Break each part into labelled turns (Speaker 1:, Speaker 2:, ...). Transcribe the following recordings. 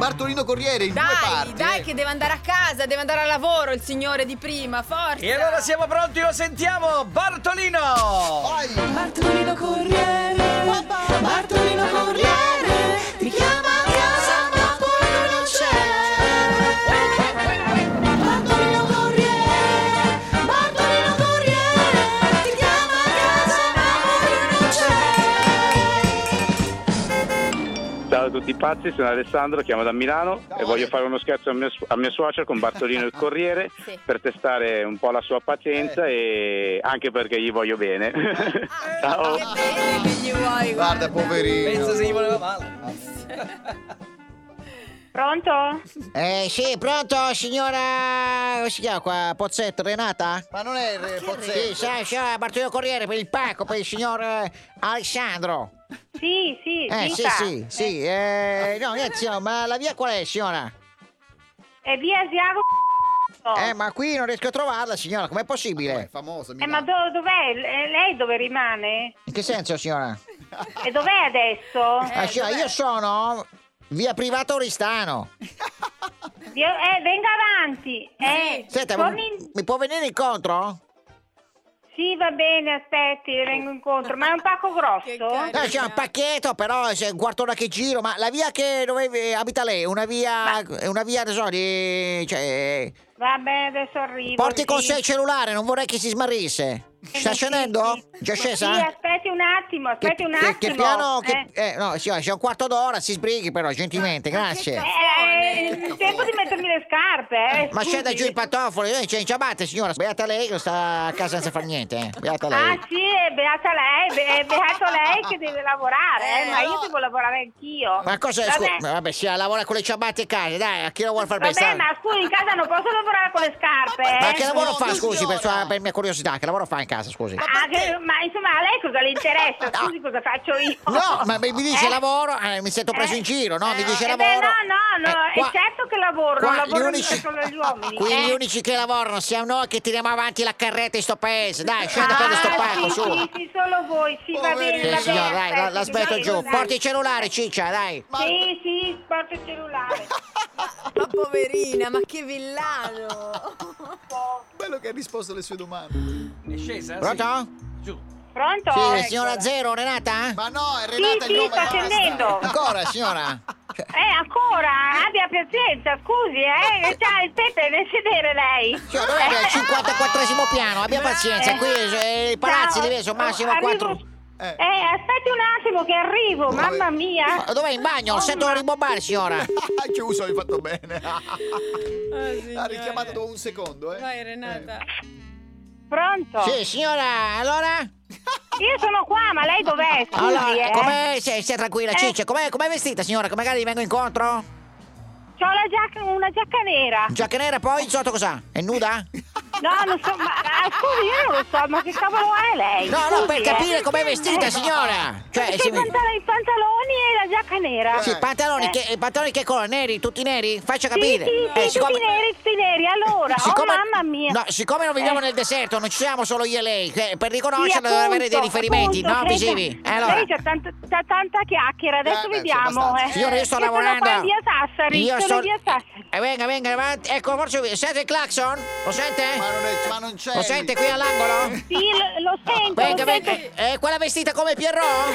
Speaker 1: Bartolino Corriere in due
Speaker 2: Dai,
Speaker 1: parti.
Speaker 2: dai, che deve andare a casa, deve andare a lavoro il signore di prima, forza!
Speaker 3: E allora siamo pronti, lo sentiamo, Bartolino!
Speaker 1: Vai.
Speaker 4: Bartolino Corriere, Bartolino Corriere, ti chiama a casa ma poi lui non c'è. Bartolino Corriere, Bartolino Corriere, ti chiama a casa ma poi lui non c'è.
Speaker 5: Ciao a tutti pazzi, sono Alessandro, chiamo da Milano e voglio fare uno scherzo a mio, a mio suocero con Bartolino il Corriere
Speaker 2: Sì.
Speaker 5: per testare un po' la sua pazienza e anche perché gli voglio bene.
Speaker 2: Ah,
Speaker 5: Ciao.
Speaker 2: Che bene che gli vuoi, guarda.
Speaker 1: Eh, Guarda, poverino.
Speaker 3: Penso se gli voleva male.
Speaker 6: Pronto?
Speaker 7: Eh sì, pronto signora, come si chiama qua? Pozzetto, Renata?
Speaker 1: Ma non è il
Speaker 7: Sì,
Speaker 1: Pozzetto.
Speaker 7: sa, sa, Bartolino Corriere per il pacco, per il signor eh, Alessandro.
Speaker 6: Sì, sì,
Speaker 7: Eh sì,
Speaker 6: dica.
Speaker 7: sì, sì, eh, no, niente, signora, ma la via qual è signora?
Speaker 6: E via Asiago.
Speaker 7: Eh, ma qui non riesco a trovarla signora, com'è possibile?
Speaker 1: È famoso.
Speaker 6: Eh, ma
Speaker 1: Milano.
Speaker 6: do- dov'è? Eh, Lei dove rimane?
Speaker 7: In che senso signora?
Speaker 6: E dov'è adesso?
Speaker 7: Ah, signora, io sono via privato Oristano.
Speaker 6: Dio- eh, venga avanti. Eh,
Speaker 7: Senta, ma
Speaker 6: torni
Speaker 7: mi,
Speaker 6: in-
Speaker 7: mi può venire incontro?
Speaker 6: Sì, va bene, aspetti, vengo incontro. Ma è un pacco
Speaker 2: Che
Speaker 6: grosso?
Speaker 2: carino.
Speaker 7: No, Eh, c'è un pacchetto, però c'è un quart'ora che giro, ma la via che dove vi- abita lei, una via. è una via non so, di. Cioè,
Speaker 6: Va bene, adesso arrivo.
Speaker 7: porti con
Speaker 6: sì.
Speaker 7: sé il cellulare, non vorrei che si smarrisse. Sta
Speaker 6: Sì,
Speaker 7: scendendo?
Speaker 6: sì.
Speaker 7: Già scesa?
Speaker 6: Sì, aspetti un attimo,
Speaker 7: Che-
Speaker 6: aspetti un
Speaker 7: che-
Speaker 6: attimo.
Speaker 7: Che, piano.
Speaker 6: eh.
Speaker 7: Che, eh, no, signora, c'è un quarto d'ora, si sbrighi, però, gentilmente, grazie.
Speaker 6: Eh, eh, il tempo di mettermi le scarpe, eh.
Speaker 7: Ma
Speaker 6: scusi.
Speaker 7: scenda giù il patofolo, eh, c'è in ciabatte, signora. Beata lei che sta a casa senza far niente, eh. Beata lei.
Speaker 6: Ah sì, è beata lei, be- è beato lei che deve lavorare, eh, ma io devo lavorare anch'io.
Speaker 7: Ma cosa
Speaker 6: Vabbè,
Speaker 7: scusa? Vabbè, si lavora con le ciabatte a casa, dai, a chi lo vuole far
Speaker 6: Vabbè,
Speaker 7: pensare?
Speaker 6: ma scusi, in casa non posso lavorare con le scarpe,
Speaker 7: Ma
Speaker 6: eh.
Speaker 7: che lavoro fa,
Speaker 1: scusi,
Speaker 7: scusi, per, sua-
Speaker 1: signora.
Speaker 7: per mia curiosità, che lavoro fa in casa, scusi?
Speaker 6: Ah, che- ma insomma a lei cosa le interessa? Scusi cosa faccio io?
Speaker 7: No, ma mi mi dice
Speaker 6: Eh?
Speaker 7: lavoro, eh, mi sento preso
Speaker 6: Eh?
Speaker 7: in giro, no? Mi dice
Speaker 6: Eh, beh,
Speaker 7: lavoro.
Speaker 6: no, no, no,
Speaker 7: Eh, qua-
Speaker 6: è certo che lavoro,
Speaker 7: qua
Speaker 6: non
Speaker 7: gli
Speaker 6: lavoro
Speaker 7: unici- Ah,
Speaker 6: mica solo gli uomini.
Speaker 7: Qui
Speaker 6: eh.
Speaker 7: gli unici che lavorano siamo noi che tiriamo avanti la carretta in sto paese. Dai, scenda per sto
Speaker 6: Ah,
Speaker 7: pacco,
Speaker 6: sì,
Speaker 7: su.
Speaker 6: sì, sì, solo voi, sì, va bene,
Speaker 7: Sì,
Speaker 6: va
Speaker 7: signora, dai,
Speaker 6: bene,
Speaker 7: la, la
Speaker 6: aspetti,
Speaker 7: smetto
Speaker 6: sì,
Speaker 7: giù.
Speaker 6: dai.
Speaker 7: Porti il cellulare, ciccia, dai.
Speaker 6: Sì, sì, porto il cellulare.
Speaker 2: Ma poverina, ma che villano!
Speaker 1: Bello che ha risposto alle sue domande.
Speaker 3: È scesa? eh,
Speaker 7: Pronto?
Speaker 3: Sì. Giù.
Speaker 6: Pronto? Ecco.
Speaker 7: Sì,
Speaker 6: Eccola.
Speaker 7: signora Zero, Renata?
Speaker 1: Ma no, è Renata
Speaker 6: Sì,
Speaker 1: il
Speaker 6: sì,
Speaker 1: nome.
Speaker 6: sta
Speaker 1: basta.
Speaker 6: scendendo.
Speaker 7: Ancora, signora?
Speaker 6: Eh, ancora? Abbia pazienza, scusi, eh. C'ha il pepe nel sedere lei. Eh,
Speaker 7: Signora, noi abbiamo Eh, il 54 piano, abbia pazienza. Qui eh, i palazzi
Speaker 6: Ciao.
Speaker 7: li sono massimo
Speaker 6: Esatto. Arrivo-
Speaker 7: 4.
Speaker 1: Eh.
Speaker 6: Eh, aspetti un attimo che arrivo,
Speaker 7: eh,
Speaker 6: mamma mia.
Speaker 7: Dov'è in bagno? Lo sento rimbombare, signora.
Speaker 1: Ha Ah, chiuso, hai fatto bene.
Speaker 2: Ah,
Speaker 1: ha richiamato dopo un secondo, eh.
Speaker 2: Vai Renata.
Speaker 6: Pronto?
Speaker 7: Sì, signora, allora?
Speaker 6: Io sono qua, ma lei dov'è? Scusi,
Speaker 7: Allora,
Speaker 6: eh.
Speaker 7: com'è? Stia, stia tranquilla,
Speaker 6: Eh.
Speaker 7: Ciccia. Com'è, com'è vestita, signora? Che magari vi vengo incontro?
Speaker 6: C'ho la giacca, una giacca nera.
Speaker 7: Giacca nera, poi sotto cos'ha? È nuda?
Speaker 6: No, non so, ma ah, scusi, io non lo so, ma che cavolo è lei?
Speaker 7: No, no,
Speaker 6: Scusi,
Speaker 7: per
Speaker 6: eh.
Speaker 7: capire com'è vestita,
Speaker 6: Eh.
Speaker 7: signora. Cioè,
Speaker 6: Perché
Speaker 7: se
Speaker 6: i
Speaker 7: mi-
Speaker 6: pantal- i pantaloni e la giacca nera.
Speaker 7: sì, pantaloni, che, i pantaloni che colore? Neri? Tutti neri? Faccia capire.
Speaker 6: Eh. Sì, sì, sì,
Speaker 7: Eh,
Speaker 6: tutti neri, tutti neri. Allora, oh mamma mia.
Speaker 7: No, siccome non viviamo
Speaker 6: Eh.
Speaker 7: nel deserto, non ci siamo solo io e lei. che per
Speaker 6: Sì,
Speaker 7: riconoscerla deve
Speaker 6: appunto,
Speaker 7: avere dei riferimenti,
Speaker 6: appunto,
Speaker 7: no,
Speaker 6: lei
Speaker 7: visivi?
Speaker 6: c'ha-
Speaker 7: Eh, allora.
Speaker 6: Lei c'ha tanto- c'ha tanta chiacchiera, adesso
Speaker 1: Eh, beh, sì,
Speaker 6: vediamo.
Speaker 1: abbastanza.
Speaker 6: eh.
Speaker 7: Signora, io sto
Speaker 6: Io sono
Speaker 7: lavorando.
Speaker 6: qua in via Sassari,
Speaker 7: Io
Speaker 6: sono
Speaker 7: sto-
Speaker 6: via Sassari.
Speaker 7: Eh, venga, venga, avanti. Ecco, forse... Sente il clacson? Lo sente?
Speaker 1: Eh. Ma non, è, ma non c'è.
Speaker 7: Lo sente qui all'angolo?
Speaker 6: Sì, lo, lo sento,
Speaker 7: Venga,
Speaker 6: lo sento.
Speaker 7: venga. Eh, quella vestita come Pierrot?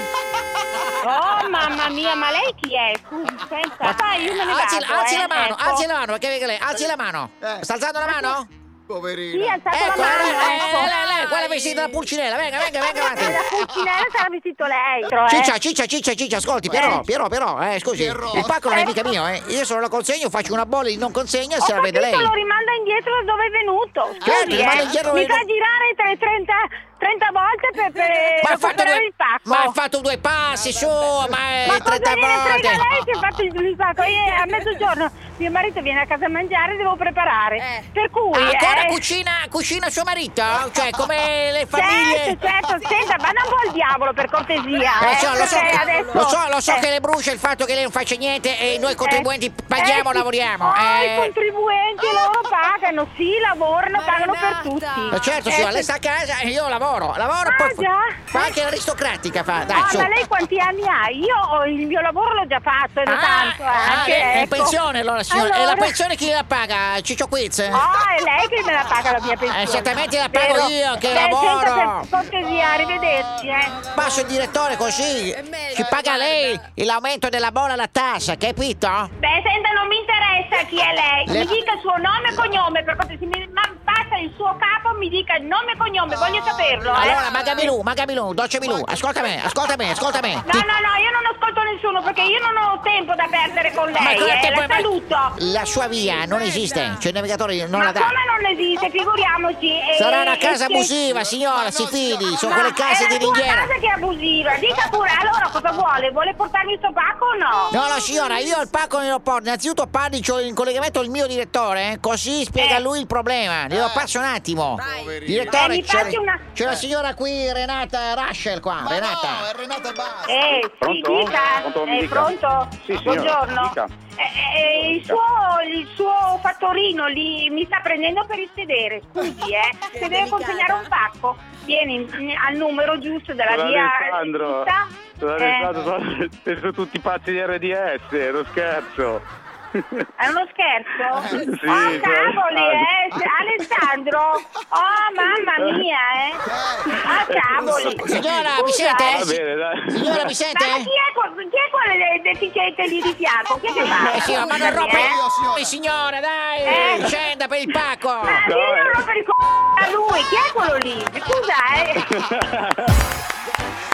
Speaker 6: Oh, mamma mia, ma lei chi è? Scusi, senta. Dai, io me ne
Speaker 7: Alzi,
Speaker 6: vado,
Speaker 7: alzi
Speaker 6: eh,
Speaker 7: la mano,
Speaker 6: ecco.
Speaker 7: alzi la mano, perché vede lei, alzi la mano.
Speaker 1: Eh.
Speaker 7: Sta alzando la mano?
Speaker 1: Poverino.
Speaker 6: Sì, ha alzato
Speaker 7: Ecco,
Speaker 6: la mano,
Speaker 7: eh, eh,
Speaker 6: ecco.
Speaker 7: eh, lei, lei, quella vestita da pulcinella, venga, venga, venga
Speaker 6: Eh, La
Speaker 7: avanti.
Speaker 6: pulcinella sarà vestito lei. però, eh.
Speaker 7: Ciccia, ciccia, ciccia, ciccia, ascolti, Pierrot, Pierrot, però, eh, scusi,
Speaker 1: Pierrot.
Speaker 7: il pacco non è
Speaker 6: Eh.
Speaker 7: mica mio, eh, io solo lo consegno, faccio una bolla di non consegna e
Speaker 6: Ho
Speaker 7: se la vede
Speaker 6: capito,
Speaker 7: lei.
Speaker 6: lo rimanda indietro da dove è venuto. Scusi,
Speaker 7: Certo, rimanda
Speaker 6: eh.
Speaker 7: indietro
Speaker 6: Mi
Speaker 7: dove-
Speaker 6: fa girare tre- 30, 30 volte per, per
Speaker 7: Ma ha, fatto
Speaker 6: recuperare
Speaker 7: due,
Speaker 6: il pacco.
Speaker 7: ma ha fatto due passi su, ma è
Speaker 6: Ma cosa
Speaker 7: 30
Speaker 6: gliene frega
Speaker 7: Eh, volte.
Speaker 6: lei che ha fatto il il pacco? Io a mezzogiorno mio marito viene a casa a mangiare, devo preparare.
Speaker 2: Eh.
Speaker 6: Per cui...
Speaker 7: Ah, Ancora
Speaker 6: eh,
Speaker 7: cucina, cucina suo marito? Cioè, come le famiglie...
Speaker 6: Certo, certo, senta, ma non vuol diavolo per cortesia.
Speaker 7: Lo
Speaker 6: eh,
Speaker 7: so, lo so,
Speaker 6: perché adesso-
Speaker 7: lo so, lo so
Speaker 6: eh,
Speaker 7: che le brucia il fatto che lei non faccia niente e noi contribuenti
Speaker 6: eh,
Speaker 7: paghiamo,
Speaker 6: eh, sì.
Speaker 7: lavoriamo.
Speaker 6: Oh,
Speaker 7: eh.
Speaker 6: i contribuenti loro pagano, sì, lavorano,
Speaker 2: Ma
Speaker 6: pagano
Speaker 2: Renata.
Speaker 6: per tutti.
Speaker 7: Ma certo,
Speaker 6: Eh,
Speaker 7: signora,
Speaker 6: sì.
Speaker 7: lei sta a casa e io lavoro, lavoro
Speaker 6: Ah,
Speaker 7: poi-
Speaker 6: già?
Speaker 7: fa anche l'aristocratica fa, dai,
Speaker 6: Ah,
Speaker 7: su.
Speaker 6: ma lei quanti anni ha? Io ho- il mio lavoro l'ho già fatto, è da
Speaker 7: Ah,
Speaker 6: tanto. eh,
Speaker 7: ah,
Speaker 6: anche,
Speaker 7: è
Speaker 6: ecco.
Speaker 7: pensione allora signora, e la
Speaker 6: Allora-
Speaker 7: pensione chi la paga? Ciccio Quiz?
Speaker 6: Ah, è lei che me la paga la mia pensione.
Speaker 7: Eh, certamente la pago
Speaker 6: Vero?
Speaker 7: io, che
Speaker 6: Beh,
Speaker 7: lavoro.
Speaker 6: senta, per cortesia, arrivederci, eh.
Speaker 7: Passo il direttore così,
Speaker 2: È meglio,
Speaker 7: ci
Speaker 2: eh,
Speaker 7: paga
Speaker 2: guarda.
Speaker 7: lei l'aumento della buona la tassa, capito?
Speaker 6: Beh, senta, non mi interessa chi è lei.
Speaker 7: Le-
Speaker 6: Mi dica il suo nome e cognome, per cortesia. Mi ma passa il suo capo, mi dica il nome e cognome, voglio saperlo. eh.
Speaker 7: Allora, Magabilù, Magabilù, Dolce Milù, ascolta me, ascolta me, ascolta me.
Speaker 6: No, no, no, io non ascolto nessuno perché io non ho tempo da perdere con lei.
Speaker 7: cosa
Speaker 6: eh,
Speaker 7: te
Speaker 6: la
Speaker 7: puoi-
Speaker 6: saluto.
Speaker 7: La sua via non esiste, cioè il navigatore non la
Speaker 6: Ma
Speaker 7: dà.
Speaker 6: come non esiste, figuriamoci. eh,
Speaker 7: Sarà una
Speaker 6: eh,
Speaker 7: casa
Speaker 6: che-
Speaker 7: abusiva, signora,
Speaker 1: Ma
Speaker 7: si
Speaker 1: no,
Speaker 7: fidi,
Speaker 1: signora,
Speaker 7: sono
Speaker 6: Ma
Speaker 7: quelle case
Speaker 6: è
Speaker 7: di
Speaker 6: la sua
Speaker 7: ringhiera.
Speaker 6: casa che è abusiva. Dica pure, allora cosa vuole? Vuole portarmi il suo pacco o no?
Speaker 7: No, no, signora, io il pacco non lo porto. Innanzitutto parlicio in collegamento al mio direttore, eh, così spiega a lui il problema. Glielo passo un attimo.
Speaker 1: Poverino.
Speaker 7: Direttore,
Speaker 6: Eh, mi
Speaker 7: c'è,
Speaker 6: faccia una-
Speaker 7: c'è la signora qui, Renata Raschel qua.
Speaker 1: Ma
Speaker 7: Renata.
Speaker 1: no, è Renata Basta.
Speaker 6: Eh, sì,
Speaker 5: Pronto?
Speaker 6: dica.
Speaker 5: Pronto, mi
Speaker 6: Eh,
Speaker 5: dica.
Speaker 6: pronto?
Speaker 5: Sì, signora,
Speaker 6: Buongiorno.
Speaker 5: dica.
Speaker 6: Eh, eh, il,
Speaker 5: Dica.
Speaker 6: suo, il suo fattorino lì mi sta prendendo per il sedere, scusi, eh. Se deve consegnare un pacco, vieni in- al numero giusto della
Speaker 5: Sono
Speaker 6: via
Speaker 5: Alessandro,
Speaker 6: giusta.
Speaker 5: sono
Speaker 6: Eh,
Speaker 5: Alessandro, sono- sono tutti pazzi di RDS, è uno scherzo.
Speaker 6: È uno scherzo?
Speaker 5: Eh, sì,
Speaker 6: oh, cavoli,
Speaker 5: sono
Speaker 6: eh! Alessandro! Oh, mamma mia, eh! Oh, cavoli!
Speaker 7: Signora, mi
Speaker 6: Scusa,
Speaker 7: sente?
Speaker 5: Va bene, dai.
Speaker 7: Signora, mi
Speaker 6: Ma chi
Speaker 7: sente?
Speaker 6: è, que- chi è quello de- deficiente lì di fianco? Chi è che parla?
Speaker 7: Eh, signora, ma non
Speaker 6: Scusami,
Speaker 7: rompe
Speaker 6: eh.
Speaker 1: io, signora.
Speaker 7: i signora, dai!
Speaker 6: Eh.
Speaker 7: Scenda per il pacco!
Speaker 6: Ma
Speaker 5: No,
Speaker 6: io non
Speaker 5: eh.
Speaker 6: rompo il c***o a lui! Chi è quello lì? Scusa, eh!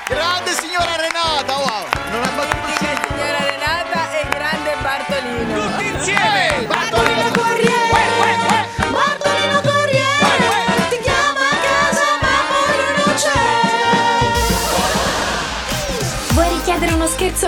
Speaker 1: Grande signora Renata, wow. Non ha fatto così.
Speaker 2: Signora Renata e grande Bartolino.
Speaker 3: Insieme!
Speaker 4: Bartolino Corriere, Bartolino Corriere, ti chiama a casa ma poi non c'è.
Speaker 8: Vuoi richiedere uno scherzo